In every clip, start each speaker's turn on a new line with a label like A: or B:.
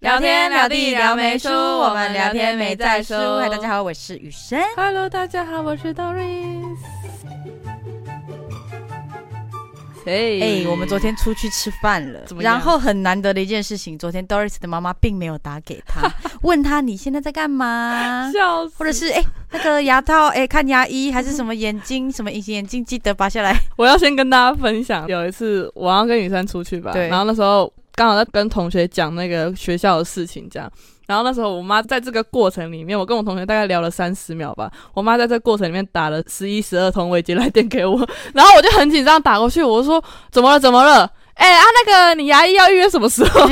A: 聊天聊地聊没输，我们聊天没在输。
B: 嗨，
A: 嗨，
B: 大
A: 大
B: 家
A: 家
B: 好，我是雨生。
A: Hello，大家好，我是 Doris。嘿
B: 哎、我们昨天出去吃饭了
A: 怎，么样，
B: 然后很难得的一件事情，昨天 Doris 的妈妈并没有打给他，问他你现在在干嘛
A: 笑死，
B: 啊或者是哎、那个牙套哎、看牙医还是什么眼 睛什么隐形眼镜记得拔下来。
A: 我要先跟大家分享，有一次我要跟女生出去吧，
B: 对
A: 然后那时候刚好在跟同学讲那个学校的事情，这样。然后那时候我妈在这个过程里面，我跟我同学大概聊了三十秒吧。我妈在这过程里面打了十一、十二通未接来电给我，然后我就很紧张打过去，我就说怎么了？怎么了？哎、啊，那个你牙医要预约什么时候？。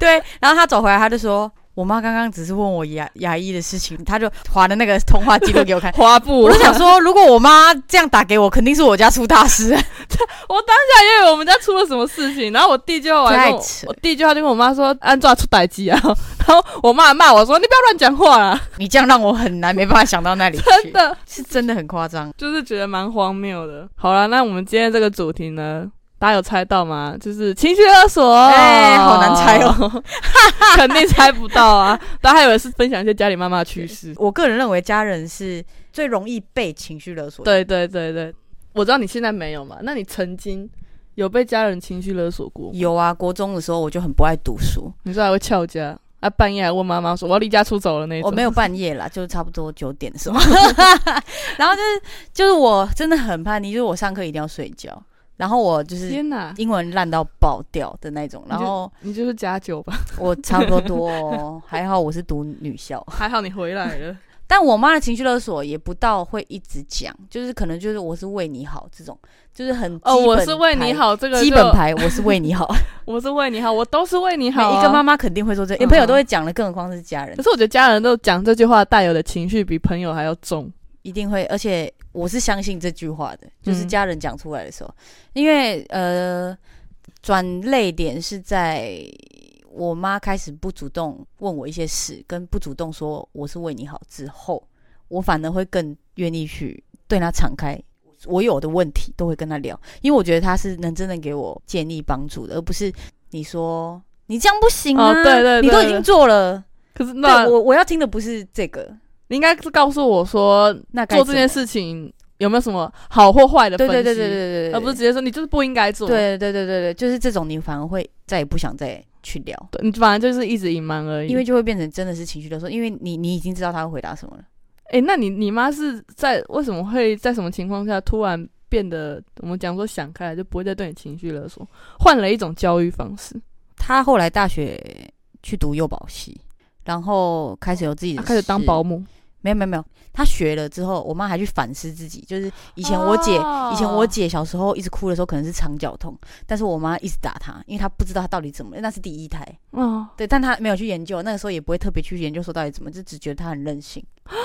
B: 对，然后他走回来，他就说。我妈刚刚只是问我牙牙医的事情，他就划了那个通话记录给我看
A: 花 布，
B: 我就想说，如果我妈这样打给我，肯定是我家出大事。
A: 我当下以为我们家出了什么事情，然后我弟就我还跟我
B: 太扯
A: 我弟就他就跟我妈说安抓出歹机啊， 然后我妈还骂我说你不要乱讲话啦，
B: 你这样让我很难没办法想到那里
A: 真
B: 去，
A: 的
B: 是 真的很夸张。
A: 就是觉得蛮荒谬的。好了，那我们今天这个主题呢，大家有猜到吗？就是情绪勒索，
B: 哎好难猜哦，
A: 肯定猜不到 啊。大家还以为是分享一些家里妈妈的趣事，
B: 我个人认为家人是最容易被情绪勒索的。
A: 对对对对，我知道你现在没有嘛，那你曾经有被家人情绪勒索过吗？
B: 有啊，国中的时候我就很不爱读书，
A: 你说还会翘家，啊，半夜还问妈妈说我要离家出走了那种。
B: 我没有半夜啦，就是差不多九点的时 候， 然后就是就是我真的很叛逆，就是我上课一定要睡觉，然后我就是
A: 天哪，
B: 英文烂到爆掉的那种，
A: 你就
B: 然后
A: 你就是加九吧？
B: 我差不多多、哦，还好我是读女校，
A: 还好你回来了。
B: 但我妈的情绪勒索也不到会一直讲，就是可能就是我是为你好这种，就是很
A: 哦，
B: 基
A: 我
B: 本
A: 是为你
B: 牌
A: 好，这个
B: 基
A: 就
B: 本，牌，我是为你 好。
A: 我是为你好，我都是为你好、啊
B: 每一个妈，妈肯定会说这，连
A: 嗯
B: 朋友都会讲了，更何况是家人
A: 可，是我觉得家人都讲这句话带有的情绪比朋友还要重。
B: 一定会。而且我是相信这句话的，就是
A: 嗯
B: 家人讲出来的时候，因为呃，转泪点是在我妈开始不主动问我一些事，跟不主动说我是为你好之后，我反而会更愿意去对她敞开。我有的问题都会跟她聊，因为我觉得她是能真的给我建议帮助的，而不是你说你这样不行啊，
A: 哦对对
B: 你都已
A: 对
B: 经做了，
A: 可是那
B: 对我我要听的不是这个，
A: 你应该是告诉我说
B: 那该
A: 做
B: 怎
A: 这
B: 么
A: 件，事情有没有什么好或坏的分
B: 对
A: 析，
B: 对对对对对，
A: 而不是直接说你就是不应该做。
B: 对对对对对，就是这种你反而会再也不想再去聊，
A: 对，你反正就是一直隐瞒而已。
B: 因为就会变成真的是情绪勒索，因为你你已经知道他会回答什么了。
A: 哎、那你你妈是在为什么会在什么情况下突然变得我们讲说想开来，就不会再对你情绪勒索，换了一种教育方式，
B: 他后来大学去读幼保系，然后开始有自己的
A: 她
B: 事、
A: 啊开始当保姆。
B: 没有没有没有，他学了之后，我妈还去反思自己，就是以前我姐。
A: 哦
B: 以前我姐小时候一直哭的时候，可能是肠绞痛，但是我妈一直打她，因为她不知道她到底怎么了，那是第一胎，
A: 哦，
B: 对，但他没有去研究，那个时候也不会特别去研究说到底怎么，就只觉得他很任性，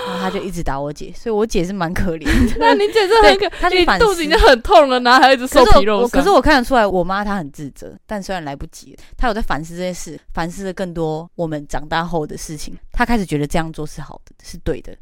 B: 然后他就一直打我姐，所以我姐是蛮可怜的。
A: 那你姐真的很可，
B: 她去
A: 你
B: 反
A: 肚
B: 思
A: 子已经很痛了，然后还一直受
B: 可是
A: 皮
B: 我
A: 肉
B: 我
A: 伤。
B: 可是我看得出来，我妈她很自责，但虽然来不及，她有在反思这件事，反思了更多我们长大后的事情。她开始觉得这样做是好的，是对的，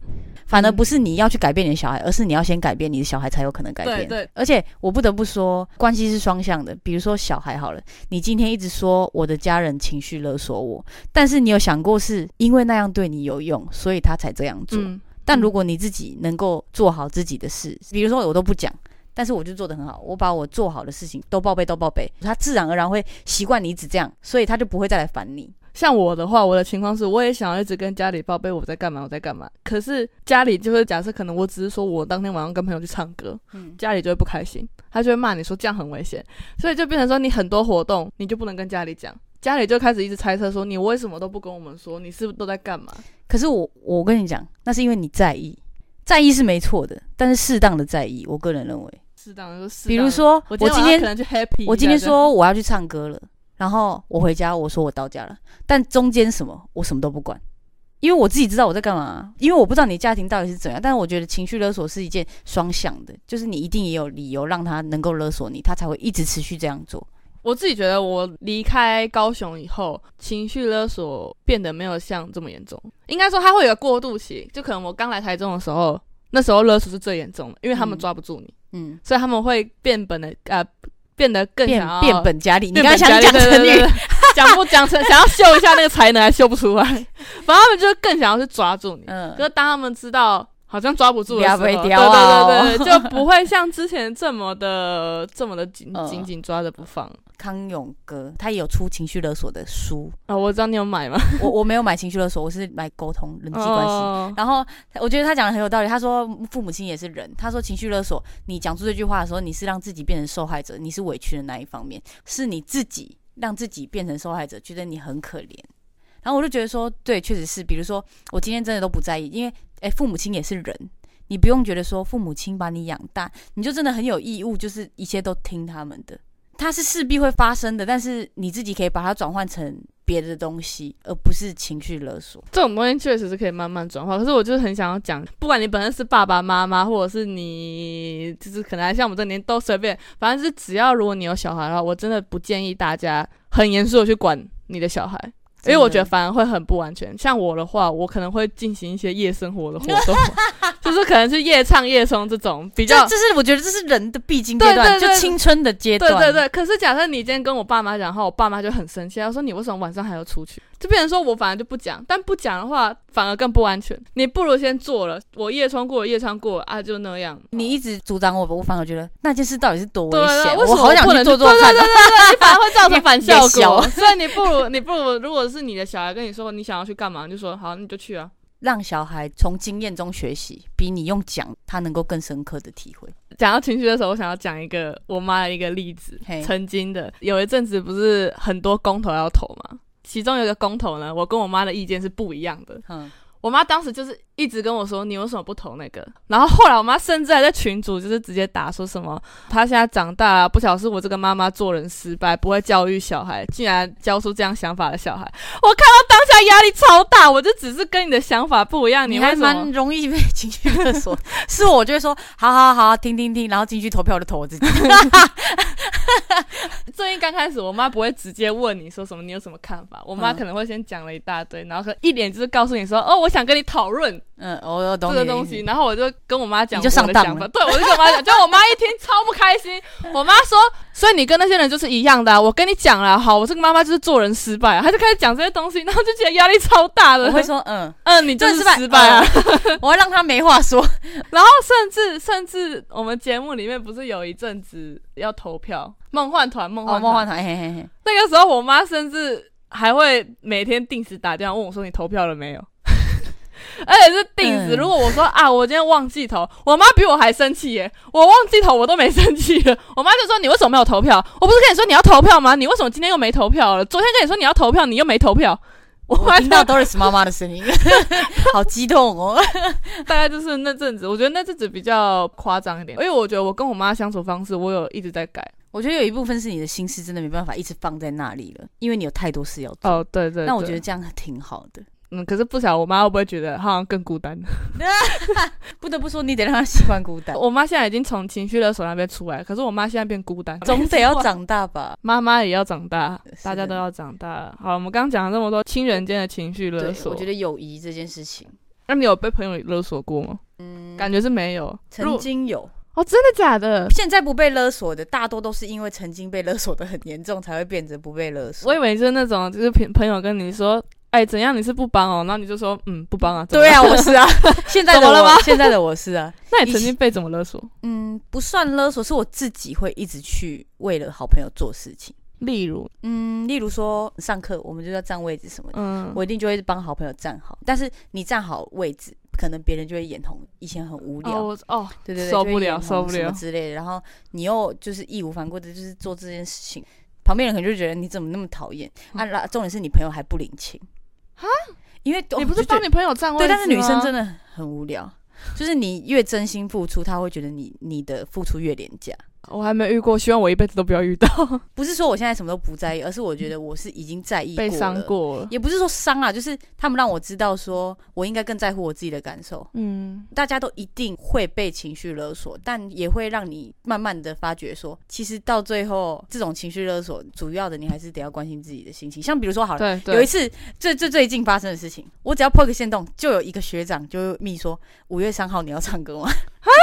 B: 反而
A: 嗯
B: 不是你要去改变你的小孩，而是你要先改变你的小孩，才有可能改
A: 对
B: 变。
A: 对
B: 而且我不得不说，关系是双向的。比如说小孩好了，你今天一直说我的家人情绪勒索我，但是你有想过是因为那样对你有用，所以他才这样做。
A: 嗯，
B: 但如果你自己能够做好自己的事，比如说我都不讲，但是我就做得很好，我把我做好的事情都报备都报备，他自然而然会习惯你一直这样，所以他就不会再来烦你。
A: 像我的话，我的情况是，我也想要一直跟家里报备我在干嘛，我在干嘛。可是家里就会假设，可能我只是说我当天晚上跟朋友去唱歌，
B: 嗯，
A: 家里就会不开心，他就会骂你说这样很危险，所以就变成说你很多活动你就不能跟家里讲，家里就开始一直猜测说你为什么都不跟我们说，你是不是都在干嘛？
B: 可是我我跟你讲，那是因为你在意，在意是没错的，但是适当的在意，我个人认为，
A: 适当的就适当
B: 比
A: 地
B: 如，说
A: 我
B: 我
A: 今
B: 今
A: 晚上
B: 天
A: 可能去 happy，
B: 我
A: 一
B: 今
A: 下
B: 天
A: 这样
B: 说我要去唱歌了，然后我回家我说我到家了，但中间什么我什么都不管，因为我自己知道我在干嘛，因为我不知道你家庭到底是怎样，但是我觉得情绪勒索是一件双向的，就是你一定也有理由让他能够勒索你，他才会一直持续这样做。
A: 我自己觉得，我离开高雄以后，情绪勒索变得没有像这么严重。应该说，它会有个过渡期，就可能我刚来台中的时候，那时候勒索是最严重的，因为他们
B: 嗯
A: 抓不住你，
B: 嗯，
A: 所以他们会变本的呃变得更
B: 变
A: 想要
B: 变本加厉。你
A: 变
B: 刚才想
A: 本加
B: 讲
A: 厉
B: 成
A: 对对对
B: 语，
A: 对讲不讲成，想要秀一下那个才能，还秀不出来。反正他们就是更想要去抓住你。可
B: 嗯，
A: 是当他们知道好像抓不住的时候，
B: 抓
A: 对
B: 不
A: 对
B: 掉啊
A: 对对，就不会像之前这么的这么的紧
B: 嗯
A: 紧紧抓着不放。
B: 康永哥他也有出情绪勒索的书，
A: 啊，我知道你有买吗？
B: 我我没有买情绪勒索，我是买沟通人际关系。
A: 哦
B: 然后我觉得他讲的很有道理。他说父母亲也是人，他说情绪勒索，你讲出这句话的时候，你是让自己变成受害者，你是委屈的那一方面，是你自己让自己变成受害者，觉得你很可怜。然后我就觉得说，对，确实是。比如说，我今天真的都不在意，因为哎，父母亲也是人，你不用觉得说父母亲把你养大，你就真的很有义务，就是一切都听他们的。它是势必会发生的，但是你自己可以把它转换成别的东西，而不是情绪勒索。
A: 这种东西确实是可以慢慢转化，可是我就是很想要讲，不管你本身是爸爸妈妈，或者是你就是可能还像我们这年都随便，反正是只要如果你有小孩的话，我真的不建议大家很严肃的去管你的小孩，因为我觉得反而会很不安全。像我的话，我可能会进行一些夜生活的活动， 就是可能是夜唱夜冲这种比较
B: 这这是我觉得这是人的必经阶段，
A: 对对对
B: 就青春的阶
A: 对
B: 段。
A: 对对，可是假设你今天跟我爸妈讲的话，我爸妈就很生气，他说你为什么晚上还要出去？就变成说我反而就不讲，但不讲的话反而更不安全。你不如先做了，我夜穿过了，夜穿过了啊，就那样。
B: 你一直阻挡我，我反而觉得那件事到底是多危
A: 对对
B: 险，
A: 为什
B: 我
A: 么
B: 好想
A: 不
B: 去
A: 能
B: 做
A: 去
B: 做
A: 对
B: 看啊。
A: 那你反而会造 成反效
B: 也小
A: 果。所以你不如你不如，如果是你的小孩跟你说你想要去干嘛，你就说好，你就去啊。
B: 让小孩从经验中学习，比你用讲他能够更深刻的体会。
A: 讲到情绪的时候，我想要讲一个我妈的一个例子
B: 嘿，
A: 曾经的有一阵子不是很多公投要投嘛，其中有一个公投呢，我跟我妈的意见是不一样的。
B: 嗯，
A: 我妈当时就是一直跟我说，你为什么不投那个？然后后来我妈甚至还在群组就是直接打说什么，她现在长大了，不晓得是我这个妈妈做人失败，不会教育小孩，竟然教出这样想法的小孩。我看到当下压力超大，我就只是跟你的想法不一样，
B: 你
A: 为
B: 还
A: 什
B: 蛮
A: 么？
B: 容易被情绪勒 索，是我就会说好好好，听听听，然后进去投票我就投我自己。
A: 最近刚开始，我妈不会直接问你说什么，你有什么看法？我妈
B: 嗯
A: 可能会先讲了一大堆，然后可能一脸就是告诉你说，哦，我想跟你讨论，
B: 嗯，我我懂
A: 这
B: 你的
A: 个
B: 意
A: 东
B: 思
A: 西，然后我就跟我妈
B: 你
A: 讲我
B: 就
A: 的
B: 上当
A: 想法，
B: 了
A: 对，我就跟我妈讲，就我妈一听超不开心，我妈说，所以你跟那些人就是一样的、啊，我跟你讲了，好，我这个妈妈就是做人失败、啊，她就开始讲这些东西，然后就觉得压力超大的
B: 我，会说嗯，
A: 嗯，你就
B: 真
A: 是
B: 的失
A: 失败啊，
B: 我会让他没话 说。
A: 然后甚至甚至我们节目里面不是有一阵子要投票梦幻团，梦
B: 哦，
A: 幻
B: 梦
A: 梦
B: 幻团，嘿嘿嘿，
A: 那个时候我妈甚至还会每天定时打电话问我说你投票了没有， 而且是定时。
B: 嗯
A: 如果我说啊我今天忘记投，我妈比我还生气耶，我忘记投我都没生气了，我妈就说你为什么没有投票？我不是跟你说你要投票吗？你为什么今天又没投票了？昨天跟你说你要投票，你又没投票。 我妈
B: 我听到
A: 就
B: Doris 妈妈的声音， 好激动哦。
A: 大概就是那阵子，我觉得那阵子比较夸张一点，因为我觉得我跟我妈相处方式，我有一直在改。
B: 我觉得有一部分是你的心思真的没办法一直放在那里了，因为你有太多事要做。
A: 哦，对对
B: 那我觉得，这样挺好的。
A: 嗯，可是不晓得我妈会不会觉得她好像更孤单。
B: 不得不说，你得让他习惯孤单，
A: 我妈现在已经从情绪勒索那边出来，可是我妈现在变孤单，
B: 总得要长大 吧。
A: 妈妈也要长大
B: 是的，
A: 大家都要长大。好，我们刚刚讲了这么多亲人间的情绪
B: 对
A: 勒，索，
B: 我觉得友谊这件事情，
A: 那你有被朋友勒索过吗？
B: 嗯，
A: 感觉是没有。如
B: 曾
A: 果
B: 经有，
A: 哦，真的假的？
B: 现在不被勒索的，大多都是因为曾经被勒索的很严重，才会变得不被勒索。
A: 我以为就是那种，就是朋朋友跟你说，哎，怎样你是不帮哦，然后你就说，嗯，不帮啊。怎么
B: 对
A: 了，
B: 啊，我是啊，现在的
A: 怎么了
B: 我
A: 吗，
B: 现在的我是啊，
A: 那你曾经被怎么勒索？
B: 嗯，不算勒索，是我自己会一直去为了好朋友做事情。
A: 例如，
B: 嗯，例如说上课，我们就要占位置什么的。
A: 嗯，
B: 我一定就会帮好朋友站好。但是你站好位置，可能别人就会眼红。以前很无聊，
A: 哦，我哦，
B: 对对对，
A: 受
B: 就会
A: 不了
B: 眼红
A: 受不
B: 什么
A: 了
B: 之类的。然后你又就是义无反顾的，就是做这件事情，旁边人可能就觉得你怎么那么讨厌啊？然后重点是你朋友还不领情
A: 嗯哈，
B: 因为
A: 你不是帮
B: 帮
A: 你朋友占位置
B: 对，但是女生真
A: 的
B: 的很无聊。就是你越真心付出，她会觉得你你的付出越廉价。
A: 我还没遇过，希望我一辈子都不要 遇到
B: 不是说我现在什么都不在意，而是我觉得我是已经在意
A: 嗯被伤
B: 了
A: 过了。
B: 也不是说伤啊，就是他们让我知道说我应该更在乎我自己的感受。
A: 嗯，
B: 大家都一定会被情绪勒索，但也会让你慢慢的发觉说，其实到最后这种情绪勒索，主要的你还是得要关心自己的心情。像比如说好了。
A: 对对。
B: 有一次，最最最近发生的事情，我只要破个线洞，就有一个学长就密说五月三号你要唱歌吗？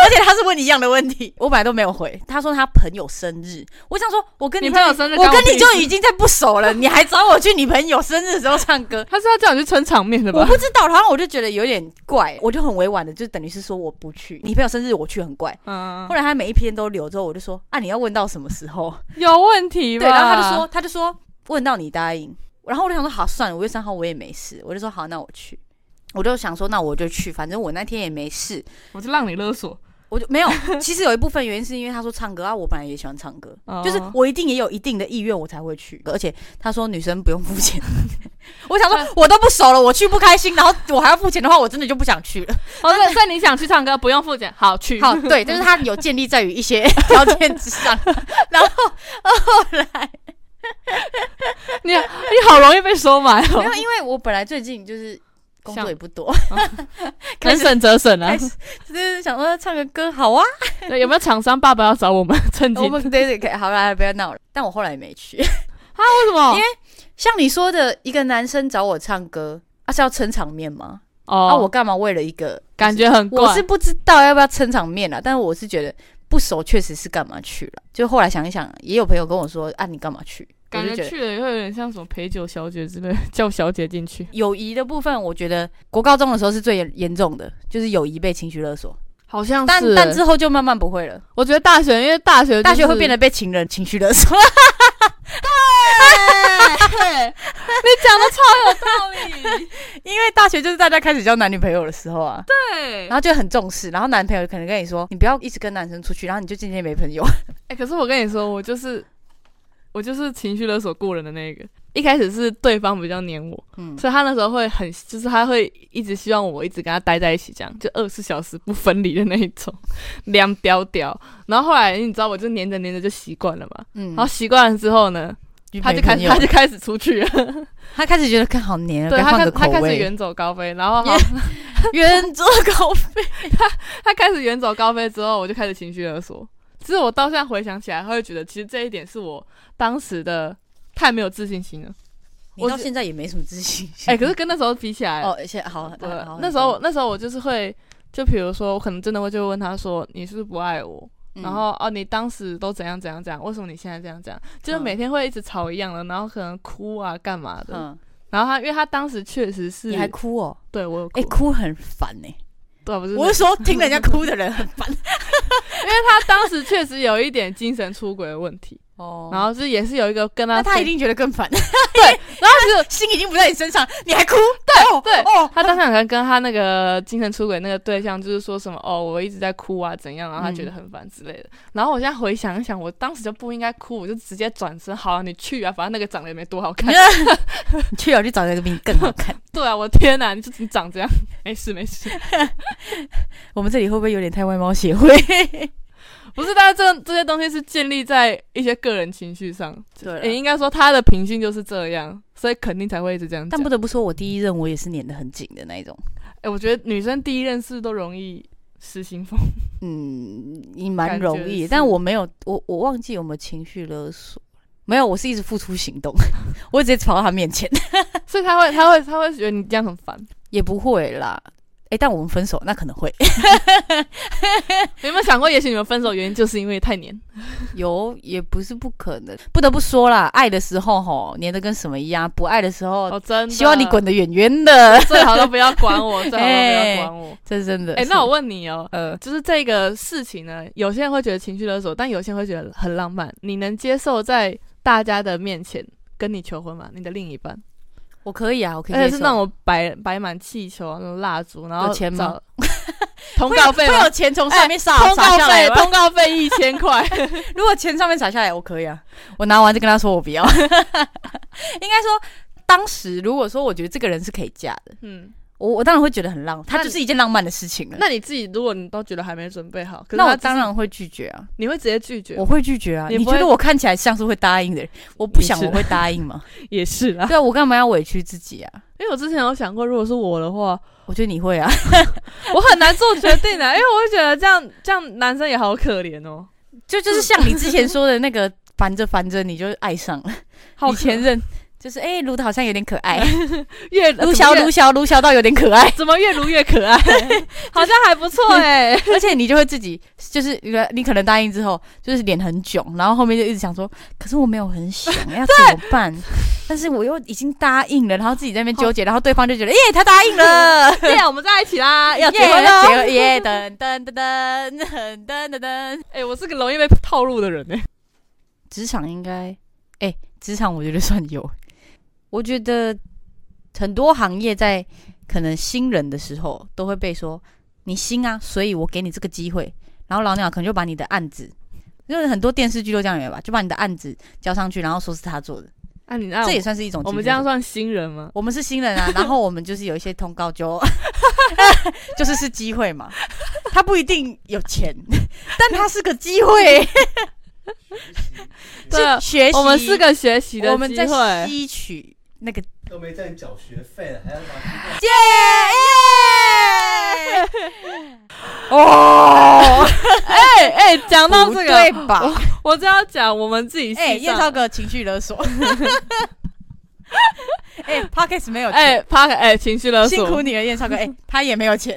B: 而且他是问你一样的问题，我本来都没有回。他说他朋友生日，我想说，我跟
A: 你
B: 你
A: 朋友
B: 在
A: 生日，
B: 我跟你就已经在不熟了，你还找我去你朋友生日的时候唱 歌，
A: 他是要叫你去撑场面的
B: 我
A: 吧？
B: 不知道，然后我就觉得有点怪，我就很委婉的，就等于是说我不去，你朋友生日我去很怪。
A: 嗯
B: 后，来他每一篇都留之后，我就说啊，你要问到什么时 候？
A: 有问题吧？
B: 对，然后他就说，他就说问到你答应，然后我就想说好，算了，五月三号我也没事，我就说好，那我去，我就想说那我就去，反正我那天也没事，
A: 我就让你勒索，
B: 我就没有。其实有一部分原因是因为他说唱歌啊，我本来也喜欢唱歌，
A: 哦
B: 就是我一定也有一定的意愿我才会去，而且他说女生不用付 钱，我想说我都不熟了，我去不开心，然后我还要付钱的话，我真的就不想 去了。
A: 哦，对，所以你想去唱歌不用付钱，好去。
B: 好，对，但是他有建立在于一些 条件之上，然后后来。
A: 你你好容易被收买
B: 没
A: 哦
B: 有，，因为我本来最近就是工
A: 像
B: 作也不 多，开
A: 能
B: 始
A: 省则省啊
B: 开。始就是想说唱个歌好啊，
A: 对，有没有厂商爸爸要找我们趁机？
B: 我们对对可以，好啦，不要闹了。但我后来也没去。
A: 为什么？
B: 因为像你说的，一个男生找我唱歌，啊是要撑场面吗？
A: 哦，
B: 啊，我干嘛为了一个？
A: 感觉很
B: 我
A: 怪
B: 是。不知道要不要撑场面啦，但是我是觉得不熟，确实是干嘛去了。就后来想一想，也有朋友跟我说啊，你干嘛去？我
A: 感
B: 就觉
A: 觉
B: 得
A: 去了也会有点像什么陪酒小姐之类，叫小姐进去，
B: 友谊的部分，我觉得国高中的时候是最严严重的，就是友谊被情绪勒索，
A: 好像
B: 但
A: 哦是。欸
B: 但之后就慢慢不会了。
A: 我觉得大学，因为大学
B: 大学会
A: 得。
B: 变得被情人情绪勒索。
A: 对，你讲的超有道理。
B: 因为大学就是大家开始交男女朋友的时候啊，
A: 对，
B: 然后就很重视，然后男朋友可能跟你说，你不要一直跟男生出去，然后你就渐渐没朋友。
A: 哎、可是我跟你说，我就是我就是情绪勒索过人的那个。一开始是对方比较黏我，
B: 嗯，
A: 所以他那时候会很，就是他会一直希望我一直跟他待在一起，这样就二十四小时不分离的那一种，凉屌屌。然后后来你知道，我就黏着黏着就习惯了嘛。
B: 嗯
A: 然后习惯了之后呢，他就开始他就开始出去了，
B: 他开始觉得看好黏，
A: 对
B: 该
A: 他
B: 换
A: 开
B: 个
A: 他
B: 口
A: 开始
B: 味，
A: 远走高 飞，然后好
B: 也 远走高飞。
A: 他开始远走高飞之后，我就开始情绪勒索。其实我到现在回想起来，会觉得其实这一点是我当时的太没有自信心了。
B: 我到
A: 我
B: 现在也没什么自 信心。
A: 哎、可是跟那时候比起来，
B: 哦，现在好，
A: 对
B: 好好，
A: 那时候那时候我就是会，就比如说我可能真的会就会问他说，你是不是不爱我？
B: 嗯
A: 然后哦，你当时都怎样怎样怎样，为什么你现在这样这样？就是
B: 嗯
A: 每天会一直吵一样的，然后可能哭啊干嘛的。
B: 嗯，
A: 然后他因为他当时确实是
B: 你还哭哦？
A: 对我有哭，
B: 哎，哭很烦呢。
A: 对啊，不是
B: 我是说听人家哭的人很烦。
A: 因为他当时确实有一点精神出轨的问题，
B: 哦
A: 然后就是也是有一个跟他
B: 那他
A: 非
B: 一定觉得更 烦，
A: 然后就是
B: 心已经不在你身上，你还哭？对
A: 对
B: 哦，
A: 他当时好像跟他那个精神出轨那个对象，就是说什么哦，我一直在哭啊，怎样，然后他觉得很烦之类的。然后我现在回想一想，我当时就不应该哭，我就直接转身，好啊，你去啊，反正那个长得也没多好看。
B: 你去了就找一个比你更好看。
A: 对啊，我的天哪，你就你长这样，没事没事，
B: 我们这里会不会有点太外貌协会？
A: 不是，但是这这些东西是建立在一些个人情绪上，
B: 对
A: 也应该说他的品性就是这样，所以肯定才会一直这样讲
B: 但。不得不说，我第一任我也是粘得很紧的那一种。
A: 哎，我觉得女生第一认识都容易失心疯，
B: 嗯，你蛮
A: 感觉
B: 容易，
A: 是
B: 但我没有，我我忘记有没有情绪勒索。没有，我是一直付出行动， 我直接跑到他面前，
A: 所以他会他会他会觉得你这样很烦。
B: 也不会啦。哎，但我们分手那可能会
A: 你有 没有想过，也许你们分手原因就是因为太黏？
B: 有，也不是不可能。不得不说啦，爱的时候吼黏得跟什么一样，不爱的时候
A: 哦，真的，
B: 希望你滚，得远远 的，
A: 最好都不要管 我，最好都不要管我。
B: 这是真的。
A: 哎、那我问你哦，
B: 呃，
A: 就是这个事情呢，有些人会觉得情绪勒索，但有些人会觉得很浪漫。你能接受在大家的面前跟你求婚吗？你的另一半，
B: 我可以啊，我可以
A: 而且
B: 接
A: 是
B: 受。
A: 那种摆摆满气球啊、那种蜡烛，然后
B: 有钱吗
A: 找？ 通
B: 会
A: 告费
B: 会啊
A: 吗
B: 有？钱从
A: 哎
B: 上面洒
A: 通
B: 洒
A: 告
B: 下
A: 费
B: 来，吗？
A: 通告费一千块。
B: 如果钱上面洒下来，我可以啊。我拿完就跟他说我不要。 应该说，当时如果说我觉得这个人是可以嫁的，
A: 嗯，
B: 我我当然会觉得很浪，
A: 那
B: 他
A: 你
B: 就是一件浪漫的事情了。
A: 那你自己，如果你都觉得还没准备好，可是
B: 那
A: 他
B: 我
A: 只是
B: 当然会拒绝啊，
A: 你会直接拒绝
B: 我，会拒绝啊。
A: 你
B: 你
A: 不
B: 觉
A: 会
B: 得我看起来像是会答应的人，我不想
A: 你是
B: 我会答应 吗？
A: 也是啦。
B: 对啊，我干嘛要委屈自己啊？
A: 因为我之前有想过，如果是我的话，
B: 我觉得你 会啊，
A: 我很难做决定的、因为我会觉得这样这样男生也好可怜哦，
B: 就就是像你之前说的那个，烦着烦着你就爱上了
A: 好
B: 你前任，就是哎，撸、的好像有点可 爱，
A: 越
B: 撸小撸小撸小到有点可爱，
A: 怎么越撸越可 爱，好像还不错哎、
B: 而且你就会自己就是你你可能答应之后就是脸很囧，然后后面就一直想说，可是我没有很想要怎么 办，但是我又已经答应了，然后自己在那边纠结，然后对方就觉得耶他答应 了，
A: 耶，我们在一起 啦，要结
B: 耶
A: 婚
B: 要
A: 了。
B: 结 婚耶噔噔噔噔噔噔噔，
A: 哎、我是个容易被套路的人哎、
B: 职场应该哎、职场我觉得算有，我觉得很多行业在可能新人的时候都会被说你新啊，所以我给你这个机会，然后老鸟可能就把你的案子。就是很多电视剧都这样有吧，就把你的案子交上去，然后说是他做的，
A: 那、啊你那
B: 这也算是一种
A: 我
B: 竞
A: 们
B: 争
A: 这样，算新人吗？
B: 我们是新 人啊，然后我们就是有一些通告就， 就是是机会嘛，他不一定有钱， 但他是个机会， 是
A: 对
B: 学习，
A: 啊我们是个学习的
B: 哎我们
A: 机
B: 在
A: 会。
B: 吸取那个
C: 都没在缴学费了，还要拿
B: 耶耶！哦，
A: 哎哎，讲、到这
B: 不
A: 个
B: 对，吧？
A: 我正要讲我们自己系
B: 哎，
A: 上
B: 燕超哥情绪勒索。 哎 p o c k e t 没有
A: 哎
B: 钱，
A: 趴哎、情绪勒
B: 辛苦
A: 索，
B: 你了，燕超哥。哎，他也没有钱，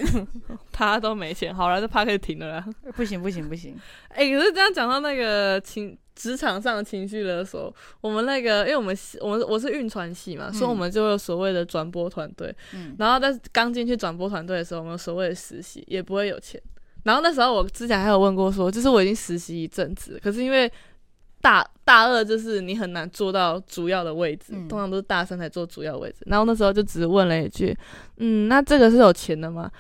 A: 他都没钱，好了，这趴可以停了啦。
B: 不行不行不行。
A: 哎、可是这样讲到那个情职场上的情绪勒索，我们那个，因为我们系我们我是运传系嘛，所以我们就有所谓的转播团队。
B: 嗯，
A: 然后但是刚进去转播团队的时候，我们有所谓的实习也不会有钱。然后那时候我之前还有问过说，就是我已经实习一阵子，可是因为大大二就是你很难做到主要的位置，
B: 嗯
A: 通常都是大三才做主要位置。然后那时候就只问了一句，嗯，那这个是有钱的吗？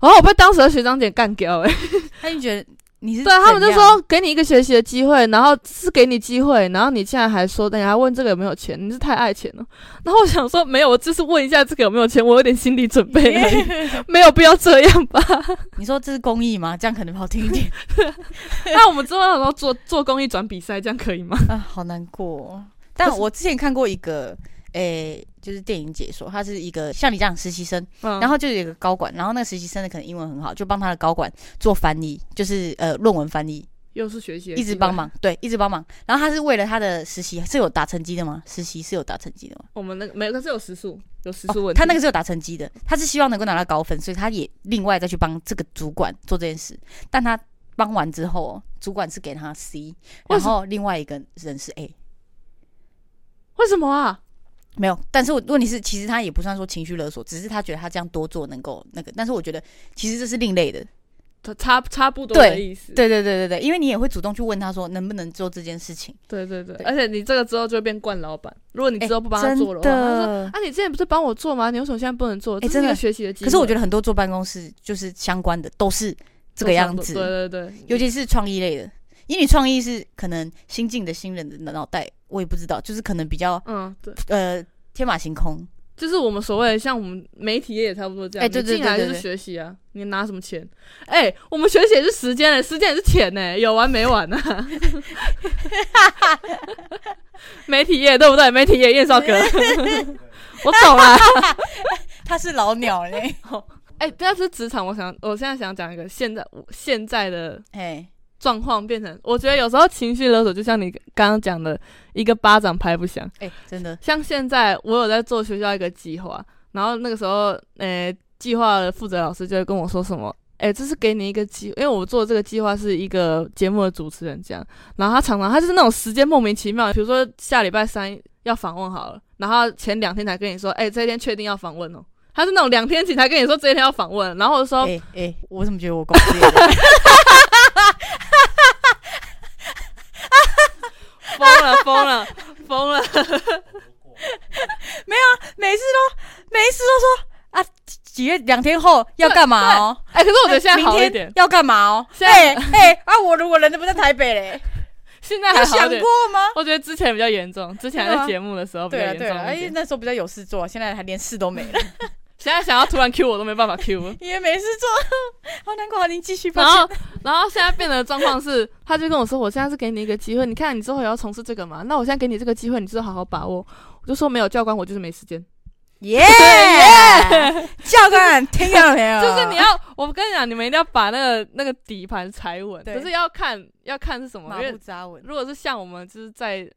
A: 然后我被当时的学长姐干掉、欸，
B: 他就觉得你是
A: 对他们就
B: 怎样
A: 说给你一个学习的机会，然后是给你机会，然后你竟然还说，等一下问这个有没有钱，你是太爱钱了。 然后我想说没有，我就是问一下这个有没有钱，我有点心理准 备而已，没有必要这样吧。
B: 你说这是公益吗？这样可能好听一 点。
A: 那我们之后想说做做公益转比赛，这样可以吗？
B: 啊，好难过哦。但我之前看过一个，诶、就是电影解说，他是一个像你这样实习生，
A: 嗯，
B: 然
A: 后
B: 后就有一个高管，然后那个实习生呢可能英文很好，就帮他的高管做翻译，就是呃论文翻译，
A: 又是学习，
B: 一直帮。忙，对，一直帮忙。然后他是为了他的实习是有打成绩的吗？实习是有打成绩的吗？
A: 我们那个没有，可是有时速，有时速
B: 哦
A: 问题。
B: 他那个是有打成绩的，他是希望能够拿到高分，所以他也另外再去帮这个主管做这件事。但他帮完之后哦，主管是给他 C，
A: 为
B: 然
A: 什么
B: 后另外一个人是 A。
A: 为什么啊？
B: 没有，但是我问题是，其实他也不算说情绪勒索，只是他觉得他这样多做能够那个。但是我觉得其实这是另类的，
A: 他差差不多的意思。
B: 对对对对对，因为你也会主动去问他说能不能做这件事情。
A: 对对对，
B: 对
A: 而且你这个之后就会变惯老板。如果你
B: 哎
A: 之后不帮他做的话，
B: 真
A: 他说：“
B: 的
A: 啊，你之前不是帮我做吗？你为什么现在不能做？”这是
B: 真
A: 一
B: 的
A: 个学习的机会。
B: 可是我觉得很多坐办公室就是相关的都是这个样
A: 对
B: 子，
A: 对对，
B: 尤其是创意类的，因为你创意是可能新进的新人的脑袋，我也不知道，就是可能比较
A: 嗯，对，
B: 呃天马行空。
A: 就是我们所谓的像我们媒体业也差不多这样。
B: 哎对对
A: 你进来
B: 对
A: 就
B: 对
A: 是学习啊，你拿什么钱？哎、我们学习也是时间嘞、时间也是钱呢、有完没完啊？ 媒体业对不对？媒体业，燕少哥， 我懂啦。
B: 他是老鸟嘞，
A: 哎、但是职场，我想，我现在想讲一个现在我现在的
B: 哎，
A: 状况变成，我觉得有时候情绪勒索，就像你刚刚讲的，一个巴掌拍不响。
B: 哎，真的，
A: 像现在我有在做学校一个计划，然后那个时候，诶、计划的负责老师就会跟我说什么，诶、这是给你一个机，因为我做这个计划是一个节目的主持人这样，然后他常常他就是那种时间莫名其妙，比如说下礼拜三要访问好了，然后前两天才跟你说，诶、哎这一天确定要访问哦，他是那种两天前才跟你说这一天要访问，然后我就说，
B: 哎哎，我怎么觉得我公司也在
A: 疯了疯了疯了，
B: 每次都每一次都说啊几月两天后要干嘛哦？
A: 哎、可是我觉得现在好一
B: 明
A: 点
B: 天，要干嘛哦？
A: 现在
B: 哎哎啊！我如果人都不在台北 嘞，
A: 现在还
B: 有
A: 好
B: 想
A: 一点
B: 过。吗？
A: 我觉得之前比较严重，之前还
B: 真的
A: 在
B: 吗
A: 节目的时候比较
B: 对了
A: 严重
B: 对了，
A: 一
B: 哎
A: 点，。
B: 那时候比较有事做，现在还连事都没了，
A: 现在想要突然 Q 我都没办法 Q 了。
B: 因为没事做，好难过。好您继续吧
A: 然。后，然后现在变得状况是，他就跟我说，我现在是给你一个机会，你看你之后也要从事这个嘛，那我现在给你这个机会，你就好好把握。我就说没有教官，我就是没时 间。
B: 耶！ 教官，听到没有？
A: 就是你要，我跟你讲，你们一定要把那个那个底盘踩稳，
B: 对
A: 可是要看要看是什么，
B: 马
A: 因
B: 不
A: 为
B: 扎稳。
A: 如果是像我们就是在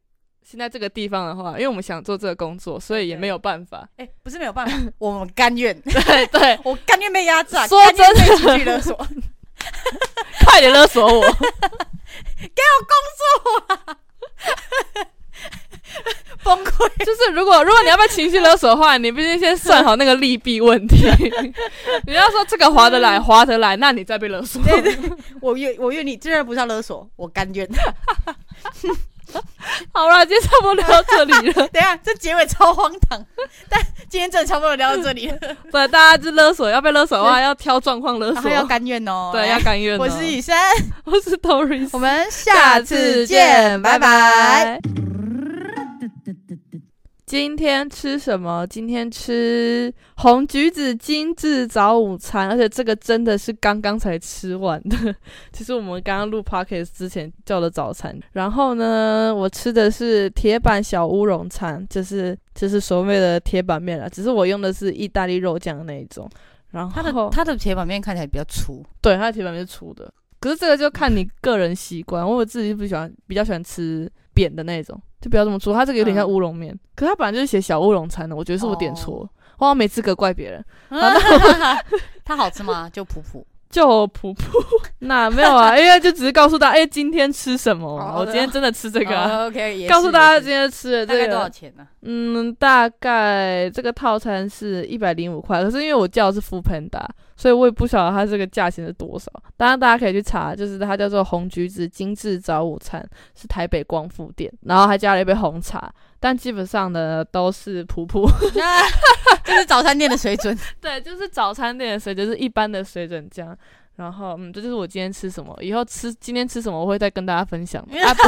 A: 现在这个地方的话，因为我们想做这个工作，所以也没有办法。
B: 哎、不是没有办法， 我们甘 愿，
A: 对对，
B: 我甘愿被压榨，
A: 说
B: 甘愿
A: 真
B: 被情绪勒索，
A: 快点勒索我！
B: 崩溃。
A: 就是如果如果你要被情绪勒索的话，你必须先算好那个利弊问 题。你要说这个划得来，划得来，那你再被勒索。
B: 对对，我愿我愿你，这然不是要勒索，我甘愿。 等
A: 好了，今天差不多聊到这里 了。
B: 一下这结尾超荒唐， 但今天真的差不多聊到 这里了，
A: 对，大家就勒索，要被勒索的话，要挑状况勒
B: 然
A: 索
B: 后，要甘愿哦。
A: 对，要甘愿哦。
B: 我是雨珊，
A: 我是 Doris，
B: 我们下次见，拜拜。。
A: 今天吃什么？今天吃红橘子精致早午餐，而且这个真的是刚刚才吃完的。 其实我们刚刚录 podcast 之前叫的早餐。然后呢，我吃的是铁板小乌龙餐，就是就是所谓的铁板面啦，啊只是我用的是意大利肉酱的那一种。然后
B: 它的它的铁板面看起来比较 粗，
A: 对，它的铁板面是粗的。可是这个就看你个人习惯，我自己不喜欢，比较喜欢吃扁的那种，就不要这么粗。它这个有点像
B: 嗯
A: 乌龙面，可是它本来就是写小乌龙餐的，我觉得是我点错，
B: 哦
A: 我好像没资格怪别人，
B: 它好吃吗？就普 普。
A: 就 普普。那没有啊，因为就只是告诉大家，哎、今天吃什么嘛、
B: 哦
A: 我今天真的吃这个、啊。
B: 哦 OK，也是
A: 告诉大
B: 也是
A: 家今天吃的
B: 大
A: 这
B: 概多少
A: 个，
B: 钱呢？
A: 嗯，大概这个套餐是一百零五块，可是因为我叫的是 f o o Panda，所以我也不晓得它这个价钱是多少。当然，大家可以去查，就是它叫做红橘子精致早午餐，是台北光复店，然后还加了一杯红茶，但基本上呢都是普普。
B: 啊这是早餐店的水准。
A: 对，就是早餐店的水就是一般的水准这样。然后，嗯，这就是我今天吃什么，以后吃今天吃什么，我会再跟大家分享的。啊不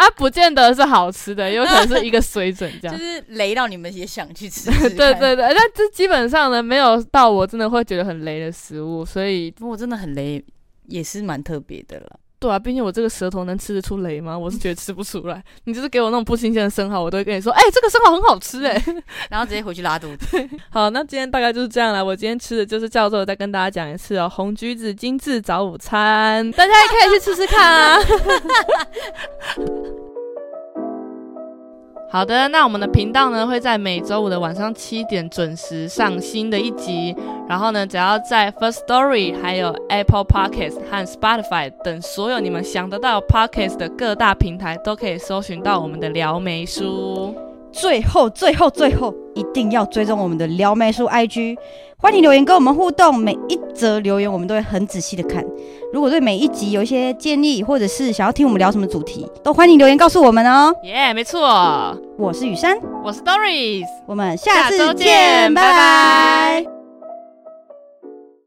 A: 啊，不见得是好吃的，有可能是一个水准这样
B: 就。是雷到你们也想去吃吃
A: 对
B: 看
A: 对对，那这基本上呢，没有到我真的会觉得很雷的食物，所以
B: 不过我真的很雷，也是蛮特别的了。
A: 对啊，毕竟我这个舌头能吃得出雷吗？我是觉得吃不出来。你就是给我那种不新鲜的生蚝，我都会跟你说，哎、这个生蚝很好吃哎、
B: 然后直接回去拉肚子。
A: 好，那今天大概就是这样啦。我今天吃的就是叫做再跟大家讲一次哦，红橘子精致早午餐，大家也可以去吃吃看啊。 好的，那我们的频道呢会在每周五的晚上七点准时上新的一集。然后呢，只要在 First Story、还有 Apple Podcast 和 Spotify 等所有你们想得到 Podcast 的各大平台，都可以搜寻到我们的撩梅书。
D: 最后，最后，最后，一定要追踪我们的撩妹叔 IG，欢迎留言跟我们互动，每一则留言我们都会很仔细的看。如果对每一集有一些建议，或者是想要听我们聊什么主题，都欢迎留言告诉我们哦。
A: 耶、没错，
D: 我是雨珊，
A: 我是 Doris。
D: 我们下次
A: 下周
D: 见，
A: 见拜
D: 拜
A: 拜
D: 拜